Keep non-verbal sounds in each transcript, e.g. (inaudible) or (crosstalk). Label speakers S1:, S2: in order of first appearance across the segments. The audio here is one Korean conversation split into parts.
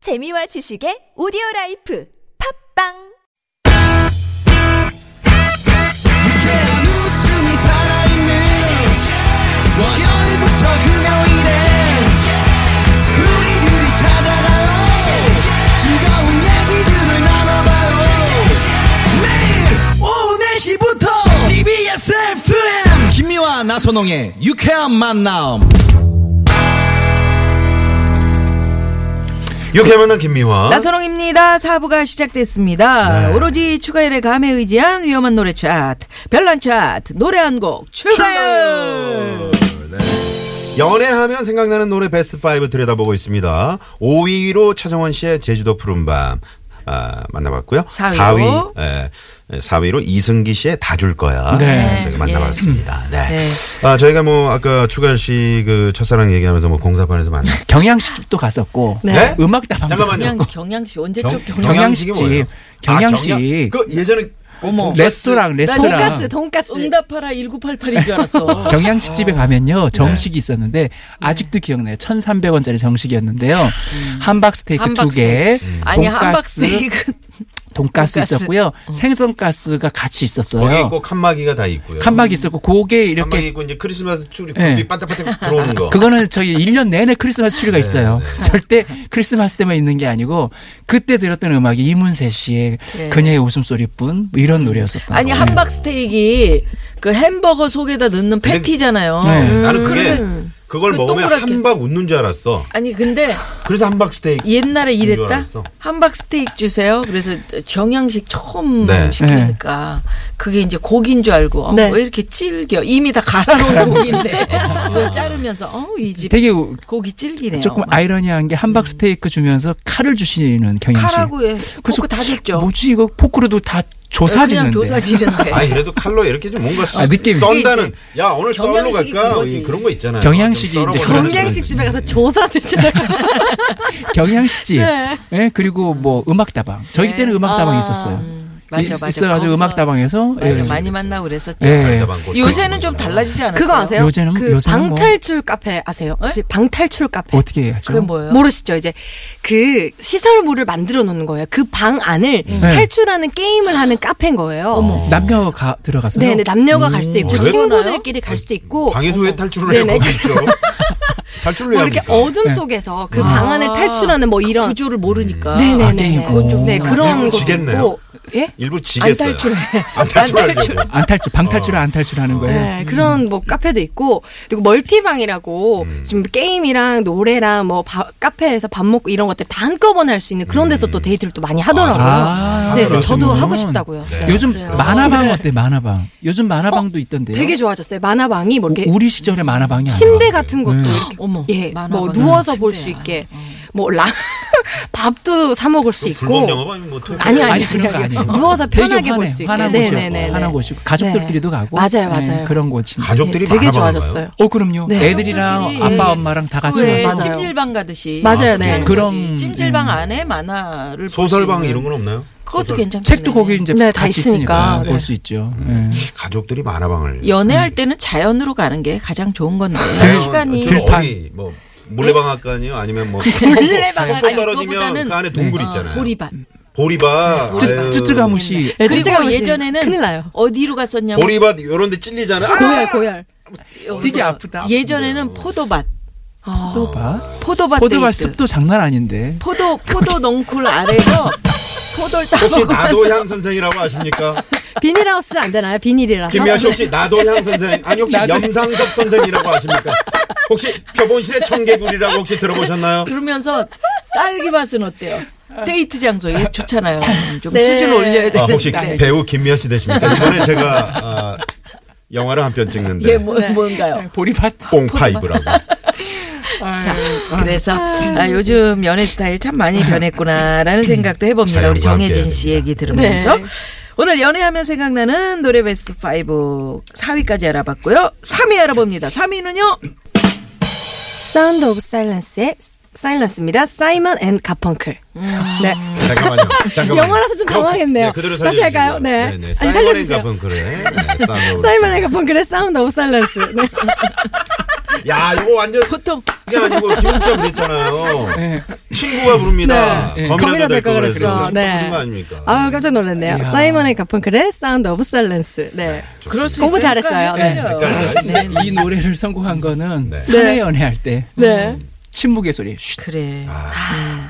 S1: 재미와 지식의 오디오 라이프 팝빵!
S2: 유쾌한 웃음이 살아있는 월요일부터 금요일에 우리들이 찾아가요 즐거운 얘기들을 나눠봐요 매일 오후 4시부터 TBS FM 김미와 나선홍의 유쾌한 만남
S3: 이렇게 만난 김미화.
S4: 나선홍입니다. 사부가 시작됐습니다.
S3: 어? 네.
S4: 오로지 추가열의 감에 의지한 위험한 노래 차트, 별난 차트, 노래 한 곡 추가열.
S3: 네. 연애하면 생각나는 노래 베스트 5 들여다보고 있습니다. 5위로 차정원 씨의 제주도 푸른밤 아, 만나봤고요.
S4: 사위로.
S3: 4위, 예, 예, 4위로 이승기 씨의 다 줄 거야.
S5: 네.
S3: 저희가 만나봤습니다. 네.
S4: 네.
S3: 아, 저희가 뭐 아까 추가열 씨그 첫사랑 얘기하면서 뭐 공사판에서 만났.
S5: 경양식집도 갔었고
S3: 네?
S5: 음악다방
S3: 잠깐만요.
S4: 그냥 경양식 언제 쪽
S3: 경-
S4: 경양?
S5: 경양식이 뭐예요? 경양식.
S3: 아, 경양. 그 예전에
S4: 어머.
S5: 레스토랑 레스토랑
S6: 돈가스, 돈가스.
S4: 응답하라 1988인 줄 알았어.
S5: 경양식 집에 가면요 정식이 있었는데 아직도 기억나요 1,300원짜리 정식이었는데요 함박 스테이크
S4: 함박
S5: 두개
S4: 아니 한박스테이크
S5: 돈가스
S4: 돈가스. 어.
S5: 있었고요 생선가스가 같이
S3: 거기
S5: 있었어요
S3: 있고 칸막이가 다 있고요.
S5: 칸막이 있었고 고게
S3: 칸막이
S5: 이렇게
S3: 있고 이제 크리스마스 추리
S5: 네.
S3: 굽이 반짝반짝 들어오는
S5: (laughs)
S3: 거.
S5: 그거는 저희 1년 내내 크리스마스 추리가 있어요. (laughs) 절대 크리스마스 때만 있는 게 아니고 그때 들었던 음악이 이문세 씨의 그녀의 웃음소리뿐 뭐 이런 노래였었던
S4: 네. 아니
S5: 거예요.
S4: 한박스테이크 그 햄버거 속에다 넣는 패티잖아요.
S5: 네.
S3: 나는 그게
S6: 음.
S3: 그걸
S4: 그
S3: 먹으면
S4: 동그랗게.
S3: 한박 웃는 줄 알았어.
S4: 아니 근데
S3: 그래서 한박 스테이크.
S4: 옛날에
S3: 줄
S4: 이랬다.
S3: 알았어.
S4: 한박스테이크 주세요. 그래서 경양식 처음
S3: 네.
S4: 시키니까 그게 이제 고기인 줄 알고 어,
S6: 네.
S4: 왜 이렇게 질겨? 이미 다 갈아놓은
S6: (laughs)
S4: 고기인데 이걸 자르면서 어이집
S5: 되게 우-
S4: 고기 질기네요.
S5: 조금 아이러니한 게 한박 스테이크 주면서 칼을 주시는 경향이.
S4: 음. 칼하고
S6: 음.
S4: 예, 포크 다 줬죠.
S5: 뭐지 이거 포크로도 다
S4: 그냥
S5: 조사지는데.
S4: 조사지는데
S3: 아니 그래도 칼로 이렇게 좀 뭔가
S5: 아, 느낌이.
S3: 썬다는 야 오늘 썰로
S4: 경양식이
S3: 갈까 뭐
S4: 그거지.
S3: 이- 그런 거 있잖아요.
S5: 경양식이
S3: 좀 음.
S5: 이제
S3: 썰어보는
S6: 경양식
S3: 거지.
S6: 집에 가서 조사 드시는
S5: (laughs) 경향시집.
S6: 네.
S5: 예, 그리고 뭐 음악다방. 저희
S4: 네.
S5: 때는 음악다방이
S6: 아.
S5: 있었어요.
S4: 맞아
S5: 있-
S4: 맞아.
S5: 있어가지고
S4: 거기서
S5: 음악다방에서
S4: 맞아
S5: 예.
S4: 많이 만나고 그랬었죠.
S5: 예.
S3: 달다방 꽃
S4: 요새는
S3: 그런
S4: 좀
S3: 거.
S4: 달라지지 않았어요?
S6: 그거 아세요?
S5: 요새는-
S6: 그
S5: 요새는 뭐-
S6: 방탈출 카페 아세요? 혹시
S3: 네?
S6: 방탈출 카페?
S5: 어떻게 해야죠?
S4: 그게 뭐예요?
S6: 모르시죠? 이제 그 시설물을 만들어 놓는 거예요. 그 방 안을
S3: 음.
S5: 네.
S6: 탈출하는 게임을 하는 카페인 거예요.
S4: 뭐
S5: 남녀 가 들어가서.
S6: 네, 네, 남녀가 갈
S5: 음.
S6: 수도
S5: 아,
S6: 있고
S3: 왜
S6: 친구들끼리 갈 수도 있고
S3: 음, 방에서 왜 탈출을 해요?
S6: 네네.
S3: 거기 있죠. 탈출을
S6: 뭐
S3: 해야
S6: 이렇게
S3: 합니까?
S6: 어둠
S5: 네.
S6: 속에서 그 방 안을 탈출하는 뭐 이런
S4: 아. 그
S6: 음.
S4: 구조를 모르니까.
S5: 아,
S6: 네네네.
S5: 게임 그건 좀
S6: 네,
S5: 이상하다.
S6: 그런 것도
S3: 지겠네요.
S6: 있고. 예?
S3: 일부 지겠어요.
S4: 안 탈출해.
S3: 안 탈출하려고.
S5: 안 탈출, 방탈출을 안 탈출하는 거예요.
S6: 네, 그런 뭐 카페도 있고 그리고 멀티방이라고 좀 게임이랑 노래랑 뭐 바- 카페에서 밥 먹고 이런 것들 다 한꺼번에 할 수 있는 그런 데서 또 데이트를 또 많이 하더라고요.
S5: 아,
S6: 네, 그래서 저도
S5: 그러시면.
S6: 하고 싶다고요.
S3: 네.
S5: 요즘
S6: 그래요. 어,
S5: 만화방 어때? 만화방. 요즘 만화방도 있던데요.
S6: 되게 좋아졌어요. 만화방이 뭐 이렇게
S5: 우리 시절의 만화방이 아니라.
S6: 침대 같은 것도 이렇게
S4: 어머.
S6: 예, 뭐
S4: 만화가
S6: 누워서
S4: 침대야.
S6: 볼 수 있게 뭐 라, (laughs) 밥도 사 먹을 수
S3: 그 불법
S6: 있고
S3: 영업 아니면 뭐 토요일
S6: 아니, 아니,
S5: 아니 그런 거
S6: 아니에요.
S5: 아니에요.
S6: 누워서
S5: 되게
S6: 편하게
S5: 환해,
S6: 볼수 있게.
S5: 환한
S6: 네,
S5: 곳이고,
S6: 네, 네, 네.
S5: 환한 곳이고 가족들끼리도 가고
S6: 맞아요,
S5: 네,
S6: 맞아요.
S5: 그런 곳인데.
S3: 가족들이
S6: 예, 되게
S3: 많아봐요.
S6: 좋아졌어요.
S5: 어 그럼요.
S6: 네.
S5: 애들이랑
S4: 가족들이,
S5: 아빠
S4: 예.
S5: 엄마랑 다 같이
S4: 왜
S5: 가서
S6: 맞아요.
S4: 찜질방 가듯이.
S6: 맞아요,
S3: 아,
S6: 네.
S3: 그래요?
S5: 그럼,
S4: 찜질방
S5: 예.
S4: 안에 만화를 볼수
S3: 소설방
S4: 있는.
S3: 이런 건 없나요?
S4: 그것도
S3: 소설-
S4: 괜찮죠.
S5: 책도 거기 이제
S6: 네, 다
S5: 같이 있으니까,
S6: 있으니까.
S5: 볼
S6: 네.
S5: 수 있죠. 예.
S3: 가족들이 만화방을.
S4: 연애할 때는 자연으로 가는 게 가장 좋은 건데
S3: 아,
S5: 들-
S4: 그 시간이 네.
S3: 좀
S5: 네. 그 들판.
S3: 어디 뭐 물레방앗간이요? 아니면 뭐
S6: 물레방앗간.
S3: 뽕뽕 떨어지면
S4: 그거보다는-
S3: 그 안에 동굴
S4: 어,
S3: 있잖아요.
S4: 보리밭.
S3: 보리밭. 아유.
S5: 쯔- 쯔쯔가무시 네,
S6: 예, 찌찌가
S4: 그리고
S6: 오시면
S4: 예전에는
S6: 큰일 나요.
S4: 어디로 갔었냐면
S3: 보리밭 요런 데 찔리잖아. 아!
S6: 고열 고열.
S4: 여기서
S5: 되게 아프다.
S3: 어.
S4: 예전에는 포도밭,
S6: 네.
S5: 포도밭
S4: 포도밭,
S5: 포도밭
S4: 데이트.
S5: 습도 장난 아닌데.
S4: 포도 포도 넝쿨 아래서 포도를 따
S3: 혹시
S4: 먹으면서
S3: 나도향 선생이라고
S4: (laughs)
S3: 아십니까?
S6: 비닐하우스 안 되나요? 비닐이라서.
S3: 김미아 씨 혹시 나도향 선생 아니 혹시
S5: 나도-
S3: 염상섭 선생이라고 아십니까? 혹시 표본실의 청개구리라고 혹시 들어보셨나요?
S4: 그러면서 딸기밭은 어때요?
S5: 아.
S4: 데이트 장소 이게 좋잖아요. 좀
S6: 네.
S4: 수준 을 올려야
S3: 아, 혹시
S4: 되는데.
S3: 배우 김미아 씨 되십니까? 이번에 제가 아, 영화를 한 편
S4: 이게
S3: 찍는데
S4: 뭐,
S5: 네.
S4: 뭔가요?
S5: 보리밭.
S3: 뽕파이브라고.
S4: 자, 그래서 아, 요즘 연애 스타일 참 많이 변했구나라는 생각도 해봅니다. 우리
S3: 자연과 함께
S4: 정혜진 씨
S3: 해야
S4: 얘기 들으면서.
S6: 네.
S4: 오늘 연애하면 생각나는 노래 베스트 5 4위까지 알아봤고요. 3위 알아봅니다. 3위는요.
S6: 사운드 오브 사일런스의 사일런스입니다. 사이먼 앤 가펑클. 네.
S3: 잠깐만요. 잠깐만요.
S6: 영어라서 좀 당황했네요.
S3: 네, 그대로
S6: 다시
S3: 살려주시고요.
S6: 할까요? 네. 아니,
S3: 사이먼
S6: 살려주세요.
S3: 앤
S6: (laughs)
S3: 가펑클의, 네, 사운드 오브
S6: 사이먼 앤 가펑클의 사운드 오브 사일런스. 네.
S3: 야, 이거 완전
S4: 보통
S3: 이게 아니고 김용자 그랬잖아요.
S5: 네.
S3: 친구가 부릅니다.
S5: 네. 예.
S3: (laughs) 거미라 될까 그랬어.
S6: 그랬어. 네.
S3: 네. 거 아닙니까?
S6: 아 깜짝 놀랐네요.
S5: 이야.
S6: 사이먼의 가펑클의 사운드 오브 사일런스. 네.
S3: 좋습니다.
S4: 그럴 수
S6: 공부
S4: 있을
S6: 잘했어요.
S4: 거 아니에요. 네.
S5: 이 노래를 선곡한 거는
S3: 네.
S5: 사내 연애할 때
S6: 네.
S5: 침묵의 소리 쉿,
S4: 그래.
S3: 아,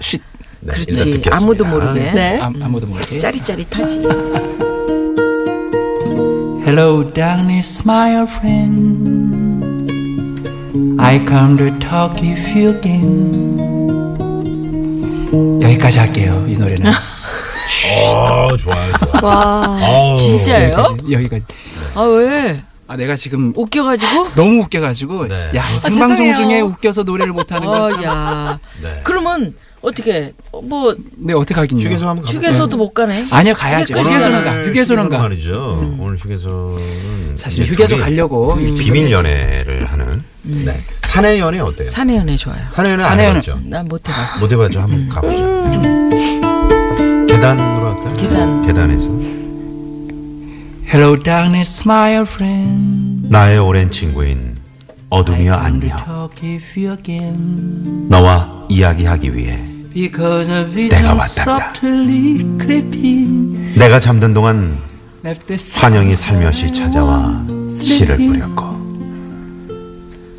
S5: 쉿
S3: 네, 일단
S4: 그렇지.
S3: 듣겠습니다. 어,
S4: 아무도 모르게.
S6: 네.
S5: 아, 아무도 모르게
S4: 짜릿짜릿하지.
S5: Hello, darkness, my old friend. I come to talk with you again. 여기까지 할게요, 이 노래는.
S3: 어, 좋아요, 좋아요.
S6: 와.
S3: 어우, 네,
S4: 진짜예요?
S5: 네, 여기까지, 여기까지.
S4: 아 왜?
S5: 아, 내가 지금
S4: 웃겨가지고?
S5: 너무 웃겨가지고,
S3: 네.
S5: 야, 이 생방송
S6: 죄송해요.
S5: 중에 웃겨서 노래를 못하는 건.
S4: 어, 야.
S3: 네.
S4: 그러면 어떻게 어, 뭐
S3: 아,
S5: 네, 어떻게 하긴요.
S3: 휴게소 한번 가볼까요?
S4: 휴게소도 못 가네.
S5: 아니요, 가야죠.
S4: 오늘
S5: 휴게소는 가,
S3: 오늘
S5: 휴게소는 가. 음.
S3: 말이죠. 오늘 휴게소는
S5: 사실
S3: 이제
S5: 휴게소
S3: 둘이
S5: 가려고 일찍
S3: 음, 비밀 연애를 하는 네. 사내 연애 어때요?
S4: 사내 연애 좋아요.
S3: 사내 연애 안
S5: 사내 연애.
S3: 해봤죠?
S4: 난 못 해봤어.
S3: 못 해봤죠? 한번 가보자. 네. 계단으로 할까요?
S4: 계단.
S3: 계단에서
S5: Hello, darkness, my old friend.
S3: 나의 오랜 친구인 어둠이여
S5: come to
S3: 안녕.
S5: talk with you again.
S3: 너와 이야기하기 위해
S5: Because a
S3: 내가
S5: vision
S3: 왔단다.
S5: subtly creeping
S3: 내가 잠든 동안
S5: left the sun
S3: 환영이 살며시 찾아와 씨를 뿌렸고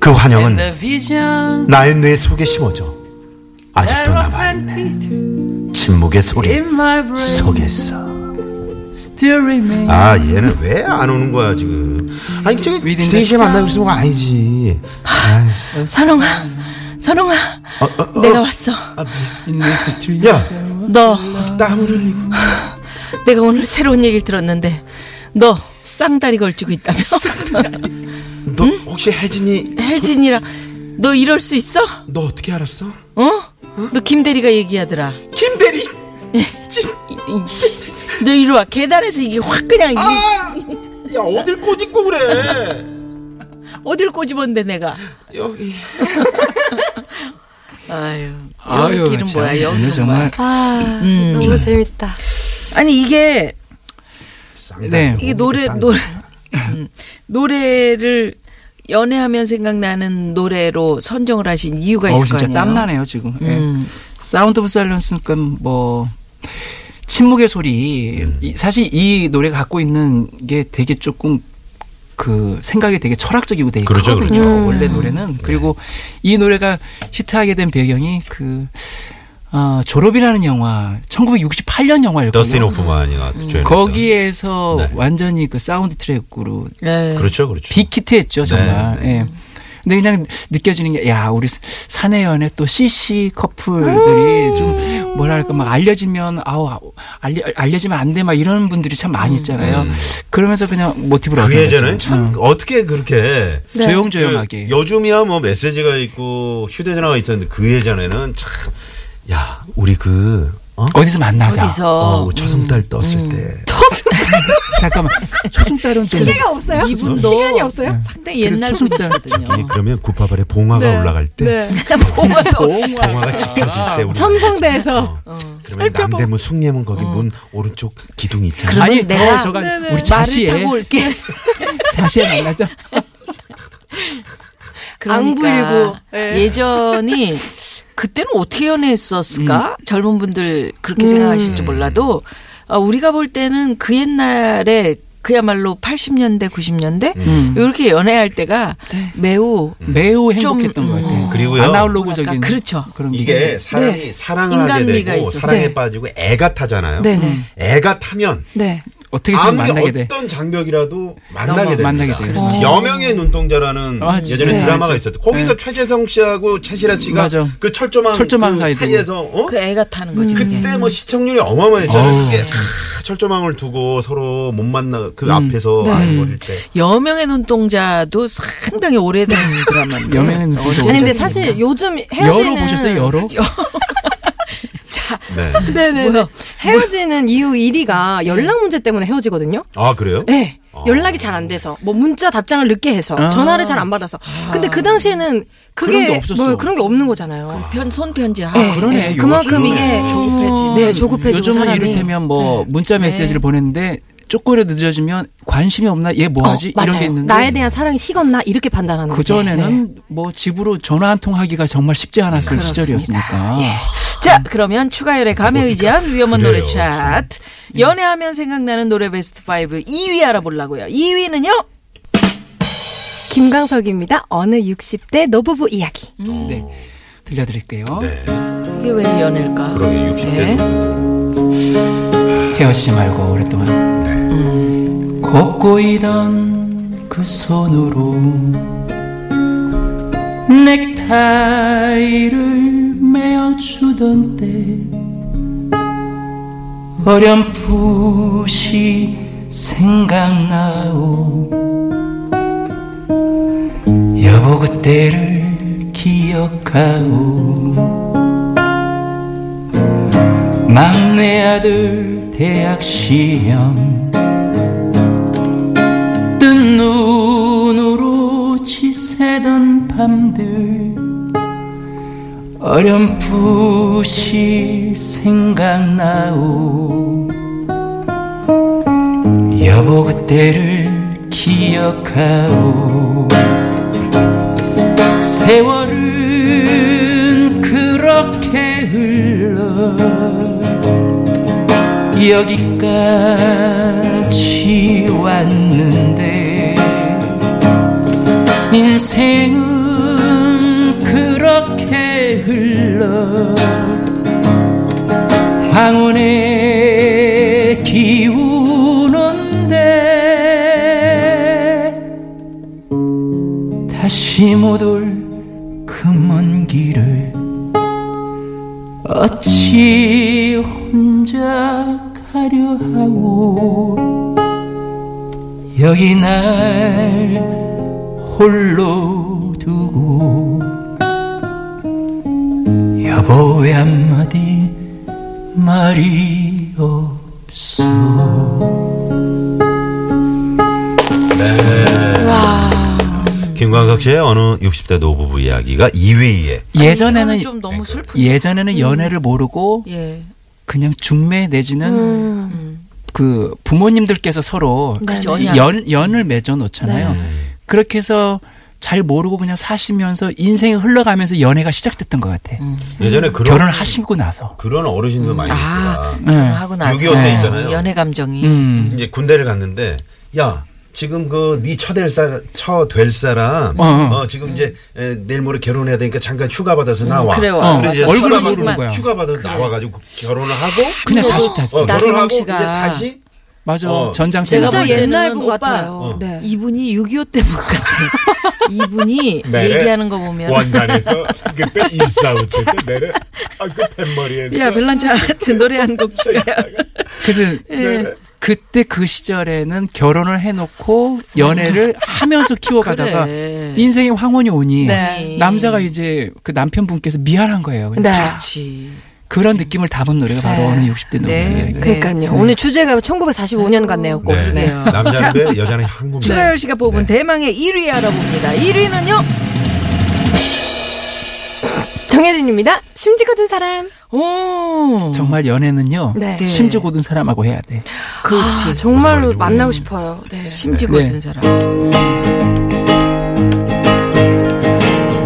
S3: 그 환영은
S4: 음. 네,
S5: and the vision
S3: 나의 뇌 속에 심어져
S5: that
S3: 아직도 남아있네
S5: repented
S3: 침묵의 소리
S5: in my brain
S3: 속에서
S5: still remains.
S3: 아 얘는 왜 안 오는 거야 지금 아니 저기
S5: Within the
S3: 3시에
S5: sound.
S3: 만나고 있으면 아니지 아이,
S4: 선홍아, 선홍아,
S3: 어, 어, 어.
S4: 내가 왔어.
S5: In this tree.
S3: 야
S4: 너,
S3: 땀을 흘리고
S4: 내가 오늘 새로운 얘기를 들었는데 너 쌍다리 걸치고 있다며.
S3: 너 혹시 혜진이
S4: 혜진이랑 너 이럴 수 있어?
S3: 너 어떻게 알았어?
S4: 어? 너 김대리가 얘기하더라.
S3: 김대리
S4: 이씨, 너 이리 와. 계단에서 이게 확 그냥 이게
S3: 야 어딜 꼬집고 그래
S4: 어딜 꼬집었는데 내가.
S3: 여기
S4: 아유.
S5: 아유,
S4: 여기 길은
S5: 참,
S4: 뭐야? 여기는
S5: 오늘 정말
S4: 뭐야?
S6: 아,
S3: 음.
S6: 너무 재밌다.
S4: 아니 이게
S5: 네.
S4: 이게 노래 노래 음, 노래를 연애하면 생각나는 노래로 선정을 하신 이유가
S5: 어우
S4: 있을 거 아니에요.
S5: 진짜 땀 나네요 지금.
S4: 음.
S5: 예. 사운드 오브 사일런스니까 뭐 침묵의 소리.
S3: 음.
S5: 이- 사실 이 노래가 갖고 있는 게 되게 조금 그 생각이 되게 철학적이고 되게
S3: 그렇죠,
S5: 크거든요.
S3: 그렇죠.
S4: 음.
S5: 원래 노래는 그리고 이 노래가 히트하게 된 배경이 그 어, 졸업이라는 영화 1968년 영화일
S3: 더스틴
S5: 거예요.
S3: 오프만이 나왔죠 저희는.
S5: 거기에서
S3: 그러니까. 네.
S5: 완전히 그 사운드 트랙으로
S4: 네.
S3: 그렇죠 그렇죠
S5: 빅히트했죠 정말.
S3: 네, 네.
S5: 예. 근데 그냥 느껴지는 게, 야, 우리 사내연애 또 CC 커플들이 좀, 뭐랄까, 막 알려지면, 아우, 아우, 알려, 알려지면 안 돼, 막 이런 분들이 참 많이 있잖아요. 그러면서 그냥 모티브를
S3: 음. 그
S5: 얻은
S3: 예전엔
S5: 거죠.
S3: 참
S5: 응.
S3: 어떻게 그렇게
S5: 네. 조용조용하게.
S3: 그 요즘이야 뭐 메시지가 있고 휴대전화가 있었는데 그 예전에는 참 야 우리 그 어?
S5: 어디서 만나자.
S4: 어디서
S3: 어, 초승달 떴을 때
S5: 잠깐만. (laughs) 초승달은 또.
S6: 시계가 없어요?
S4: 이분도
S6: 시간이 없어요?
S4: 상당히 옛날
S5: 그래서 초승달.
S3: 이게
S4: 노래거든요.
S3: 그러면 구파발에 봉화가 네. 올라갈 때
S6: 네. 그
S3: 봉화가 지펴질 때 우리 어.
S6: 첨성대에서
S5: 어.
S3: 그러면 남대문 숭례문 거기 문 오른쪽 기둥이 있잖아
S4: 그러면
S5: 아니,
S4: 내가
S5: 더 저가,
S6: 네네.
S5: 우리 네.
S4: 말을
S5: 자시에,
S4: 타고 올게. (laughs)
S5: 자시에 만나자.
S6: 앙부일구. 예.
S4: 그러니까 네. 예전이 그때는 어떻게 연애했었을까?
S5: 음.
S4: 젊은 분들 그렇게 생각하실지 몰라도 아, 우리가 볼 때는 그 옛날에 그야말로 80년대, 90년대
S5: 음.
S4: 이렇게 연애할 때가 매우
S5: 매우
S4: 좀,
S5: 행복했던 것 같아요.
S4: 음.
S3: 그리고요.
S5: 아날로그적인.
S4: 뭐랄까, 그렇죠.
S5: 그런 게.
S3: 음. 이게 사람이
S5: 네.
S3: 사랑을 하게
S4: 인간미가
S3: 되고
S4: 있어서.
S3: 사랑에
S6: 네.
S3: 빠지고 애가 타잖아요
S6: 네네.
S3: 애가 타면
S6: 네.
S5: 어떻게 해서 만나게
S3: 아무리
S5: 돼.
S3: 어떤 장벽이라도 만나게
S5: 넘어-
S3: 됩니다.
S5: 만나게 돼요. 그렇지.
S3: 여명의 눈동자라는
S5: 아, 진짜.
S3: 예전에
S5: 네,
S3: 드라마가
S5: 맞아.
S3: 있었대. 거기서
S5: 네.
S3: 최재성 씨하고 최시라 씨가
S5: 맞아.
S3: 그 철조망,
S5: 철조망 음.
S3: 그
S5: 사이에
S3: 사이에서 어?
S4: 그 애가 타는 거지. 그게.
S3: 그때
S5: 네.
S3: 뭐 시청률이 어마어마했잖아요.
S5: 어우.
S3: 그게 아, 철조망을 두고 서로 못 만나
S5: 음.
S3: 그 앞에서
S6: 네.
S3: 안 버릴 때.
S4: 여명의 눈동자도 상당히 오래된 드라마인데.
S5: 여명의 눈동자
S3: 음.
S4: 어제
S5: 오래된
S6: 아니 근데
S5: 어쩌-
S6: 사실 요즘
S5: 여로
S6: 헤어지는
S5: 보셨어요? 여로?
S4: 자,
S3: 네.
S6: 네네.
S4: 뭐야?
S6: 헤어지는 이유
S5: 네.
S6: 1위가 연락 문제 때문에 헤어지거든요.
S3: 아 그래요?
S6: 네.
S3: 어.
S6: 연락이 잘 안 돼서 뭐 문자 답장을 늦게 해서
S5: 아.
S6: 전화를 잘 안 받아서 근데 그 당시에는
S5: 그런 게
S6: 그게
S5: 없었어.
S6: 뭐 그런 게 없는 거잖아요.
S4: 편 손편지. 아,
S6: 네,
S5: 그러네.
S6: 네.
S5: 요즘.
S6: 그만큼 이게
S3: 네.
S4: 조급해지.
S6: 네, 조급해지고
S5: 요즘은
S6: 사람이
S5: 이를테면 뭐 문자 메시지를 보냈는데 조금이라도 늦어지면 관심이 없나 얘 뭐하지
S6: 어,
S5: 이런
S6: 맞아요.
S5: 게 있는데
S6: 나에 대한 사랑이 식었나 이렇게 판단하는 네.
S5: 그 전에는 뭐 집으로 전화 한 통 하기가 정말 쉽지 않았을
S4: 그렇습니다.
S5: 시절이었으니까
S6: 예.
S4: 자, 그러면 추가열의 감에 의지한 위험한
S3: 그래요,
S4: 노래 차트. 연애하면 생각나는 노래 베스트 5 2위 알아보려고요. 2위는요?
S6: 김광석입니다. 어느 60대 노부부 이야기.
S5: 네 들려드릴게요
S3: 네.
S4: 이게 왜 연애일까?
S3: 그러게 60대.
S4: 네.
S5: 헤어지지 말고 오랫동안 걷고 이던 그 손으로 넥타이를 메어주던 때 어렴풋이 생각나오 여보 그때를 기억하오 막내 아들 대학 시험 뜬 눈으로 지새던 밤들 어렴풋이 생각나오 여보 그때를 기억하오 세월은 그렇게 흘러 여기까지 왔는데 인생은 그렇게 흘러 황혼에 기우는데 다시 못 올 그 먼 길을 어찌 혼자 가려 하고 여기 날 홀로 두고 여보 왜 한마디 말이 없어
S3: 김광석 씨의 어느 60대 노부부 이야기가 2위에
S4: 이거는
S5: 예전에는
S4: 좀 너무 슬프.
S5: 예전에는 연애를 모르고
S4: 예.
S5: 그냥 중매 내지는 그 부모님들께서 서로
S4: 그죠.
S6: 음. 네.
S4: 언약.
S5: 연, 연을 맺어 놓잖아요.
S3: 네.
S5: 그렇게 해서 잘 모르고 그냥 사시면서 인생이 흘러가면서 연애가 시작됐던 것 같아.
S4: 음.
S3: 예전에 그런
S5: 결혼을 하시고 나서.
S3: 그런 어르신들 많이
S4: 아,
S3: 계시다.
S4: 결혼하고 나서
S3: 6.25때
S4: 예.
S3: 있잖아요.
S4: 연애 감정이
S5: 음.
S3: 이제 군대를 갔는데 야 지금 그네 처될 사람 처될 사람 어,
S5: 어, 어.
S3: 지금 이제 에, 내일 모레 결혼해야 되니까 잠깐 휴가 받아서 나와
S4: 그래, 와.
S5: 어,
S4: 그래서
S3: 이제
S5: 얼굴을
S3: 휴가
S4: 처음
S5: 모르는
S3: 받-
S5: 거야.
S3: 휴가 받아서 나와가지고 결혼을 하고
S5: 그냥 다시
S4: 어,
S5: 다시.
S3: 어, 결혼하고
S4: 나선홍
S3: 이제
S4: 씨가
S3: 다시
S5: 맞아.
S3: 어.
S5: 전장
S4: 제가 예.
S5: 때문에.
S6: 진짜
S4: 볼 때는
S6: 옛날 분
S4: 오빠.
S6: 같아요.
S3: 어.
S6: 네.
S4: 이분이 6.25때못 같아요. 이분이
S3: 네.
S4: 얘기하는 거 보면
S3: 원산에서 그때 인싸우 때그 내려 아, 그 뱃머리에서
S4: 야 별난자 (laughs) 같은 노래 한곡 추가요.
S5: 그래서
S4: 예.
S3: 네.
S5: 그때 그 시절에는 결혼을 해놓고 연애를 하면서 키워가다가
S4: 그래.
S5: 인생의 황혼이 오니
S6: 네.
S5: 남자가 이제 그 남편분께서 미안한 거예요.
S6: 네.
S4: 아, 그렇지.
S5: 그런 느낌을 담은 노래가 바로
S6: 네.
S5: 어느 60대 노래예요.
S4: 네.
S6: 그러니까요. 오늘 주제가 1945년 같네요. 꼭.
S3: 네.
S4: 네.
S3: 남자는 왜 여자는 한국인
S4: 추가열 씨가 뽑은
S3: 네.
S4: 대망의 1위 알아봅니다. 1위는요.
S6: 정혜진입니다. 심지 같은 사람.
S4: 오.
S5: 정말 연애는요.
S6: 네.
S5: 심지 고든 사람하고 해야 돼.
S4: 그렇지.
S6: 아, 정말로
S3: 정말요.
S6: 만나고 싶어요. 네.
S4: 심지
S5: 네.
S4: 고든 사람.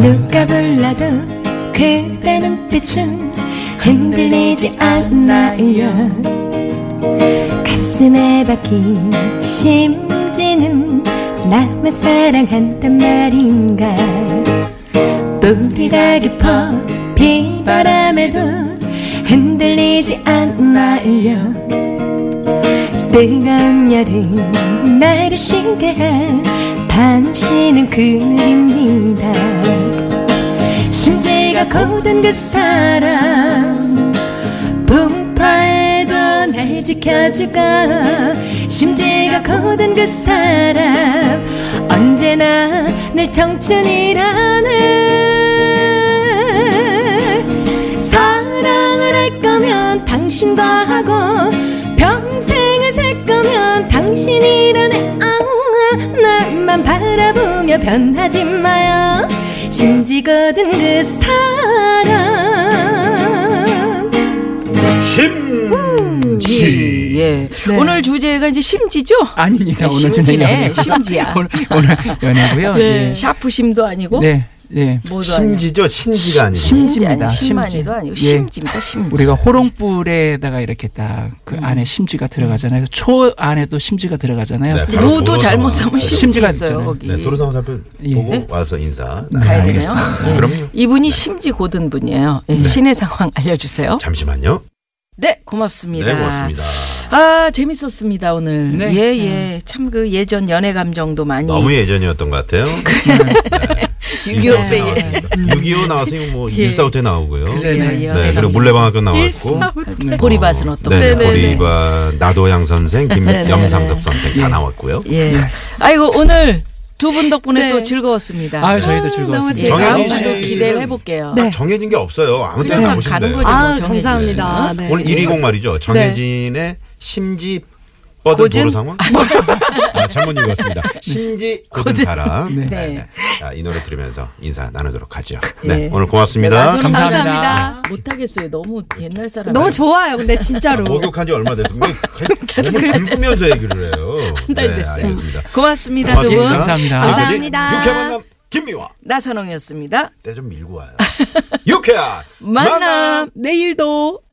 S7: 누가 불러도 그대 눈빛은 흔들리지 않나요 가슴에 박힌 심지는 나만 사랑한단 말인가 뿌리가 깊어 비바람에도 흔들리지 않나요 뜨거운 여름 나를 신기한 당신은 그늘입니다 심지가 고든 그 사람 분파에도 날 지켜주고 심지가 고든 그 사람 언제나 내 청춘이라는 사랑을 할 거면 당신과 하고 평생을 살 거면 당신이라네 아, 나만 바라보며 변하지 마요 심지거든 그 사람
S3: 심지
S4: 예. 오늘 주제가 이제 심지죠?
S5: 아닙니다. 오늘 저는
S4: 심지네.
S5: 연애.
S4: 심지야.
S5: (laughs) 오늘, 오늘 연애고요.
S4: 예.
S5: 예.
S4: 샤프심도 아니고
S5: 네. 예.
S4: 뭐도 아니고.
S3: 심지죠 신지가 아니고
S4: 심지 아니
S5: 심지입니다.
S4: 심만이도 아니고
S5: 심지. 예.
S4: 심지입니다. 심지.
S5: 우리가 호롱불에다가 이렇게 딱 그
S4: 음.
S5: 안에 심지가 들어가잖아요. 초 안에도 심지가 들어가잖아요.
S3: 네, 바로
S4: 무도
S3: 도로
S4: 잘못
S3: 상황.
S4: 삼으면
S5: 심지가
S4: 심지가 있어요
S5: 있잖아요.
S4: 거기.
S3: 네, 도로상호 살펴
S5: 예.
S3: 보고
S5: 네?
S3: 와서 인사
S4: 가야
S3: 나눠요.
S4: 되나요? 예.
S3: 그럼요.
S4: 이분이 심지 고든 분이에요. 예,
S3: 네.
S4: 신의 상황 알려주세요.
S3: 잠시만요.
S4: 네,
S3: 네,
S4: 고맙습니다.
S3: 고맙습니다.
S4: 아, 재밌었습니다, 오늘.
S5: 네.
S4: 예, 예. 참 그 예전 연애 감정도 많이.
S3: 너무 예전이었던 것
S4: (laughs)
S3: 같아요. 네.
S4: 유교 때 예.
S3: 나왔습니다. 6.25 나왔으니 뭐
S4: 예.
S3: 일사후 때 나오고요.
S5: 그래, 네.
S4: 예, 연애
S3: 네, 그리고
S4: 감정.
S3: 물레방학교 나왔고.
S4: 일사-
S5: 네.
S4: 보리밭은 어떤?
S3: 네,
S4: 거예요? 네,
S3: 보리밭 나도양 선생, 김영상섭 선생 다 나왔고요.
S4: 예. 아이고, 오늘 두 분 덕분에
S6: 네.
S4: 또 즐거웠습니다.
S5: 아, 저희도
S4: 예,
S5: 즐거웠습니다.
S3: 정혜진
S4: 다음 주도
S3: 씨는
S4: 기대를 해볼게요.
S6: 네.
S3: 정해진 게 없어요. 아무 때나
S4: 그냥
S3: 나오시면
S4: 가는
S3: 돼요.
S4: 거죠.
S6: 아,
S4: 뭐 정해주세요.
S6: 감사합니다. 네.
S3: 오늘 120 말이죠. 정해진의 심지 뻗은
S4: 고진?
S3: 도로 상황? 아, 잘못 읽었습니다. 심지 고든
S4: 고진.
S3: 사람. 네.
S5: 네.
S3: 네. 자, 이 노래 들으면서 인사 나누도록 하죠.
S4: 예.
S3: 네, 오늘 고맙습니다.
S4: 네, 나중에
S5: 감사합니다.
S6: 감사합니다.
S4: 못하겠어요. 너무 옛날 사람.
S6: 너무 좋아요. 근데
S3: 아,
S6: 진짜로.
S3: 목욕한 지 얼마 됐는데 몸을 굶으면서 얘기를 해요.
S4: 달
S3: 네,
S4: 됐어요.
S3: 알겠습니다.
S4: 고맙습니다, 두
S3: 고맙습니다.
S4: 분.
S5: 감사합니다.
S3: 지금까지
S6: 감사합니다.
S3: 유쾌한 만남 김미화.
S4: 나선홍이었습니다.
S3: 때 좀 밀고 와요. 유쾌한
S4: 만남 내일도.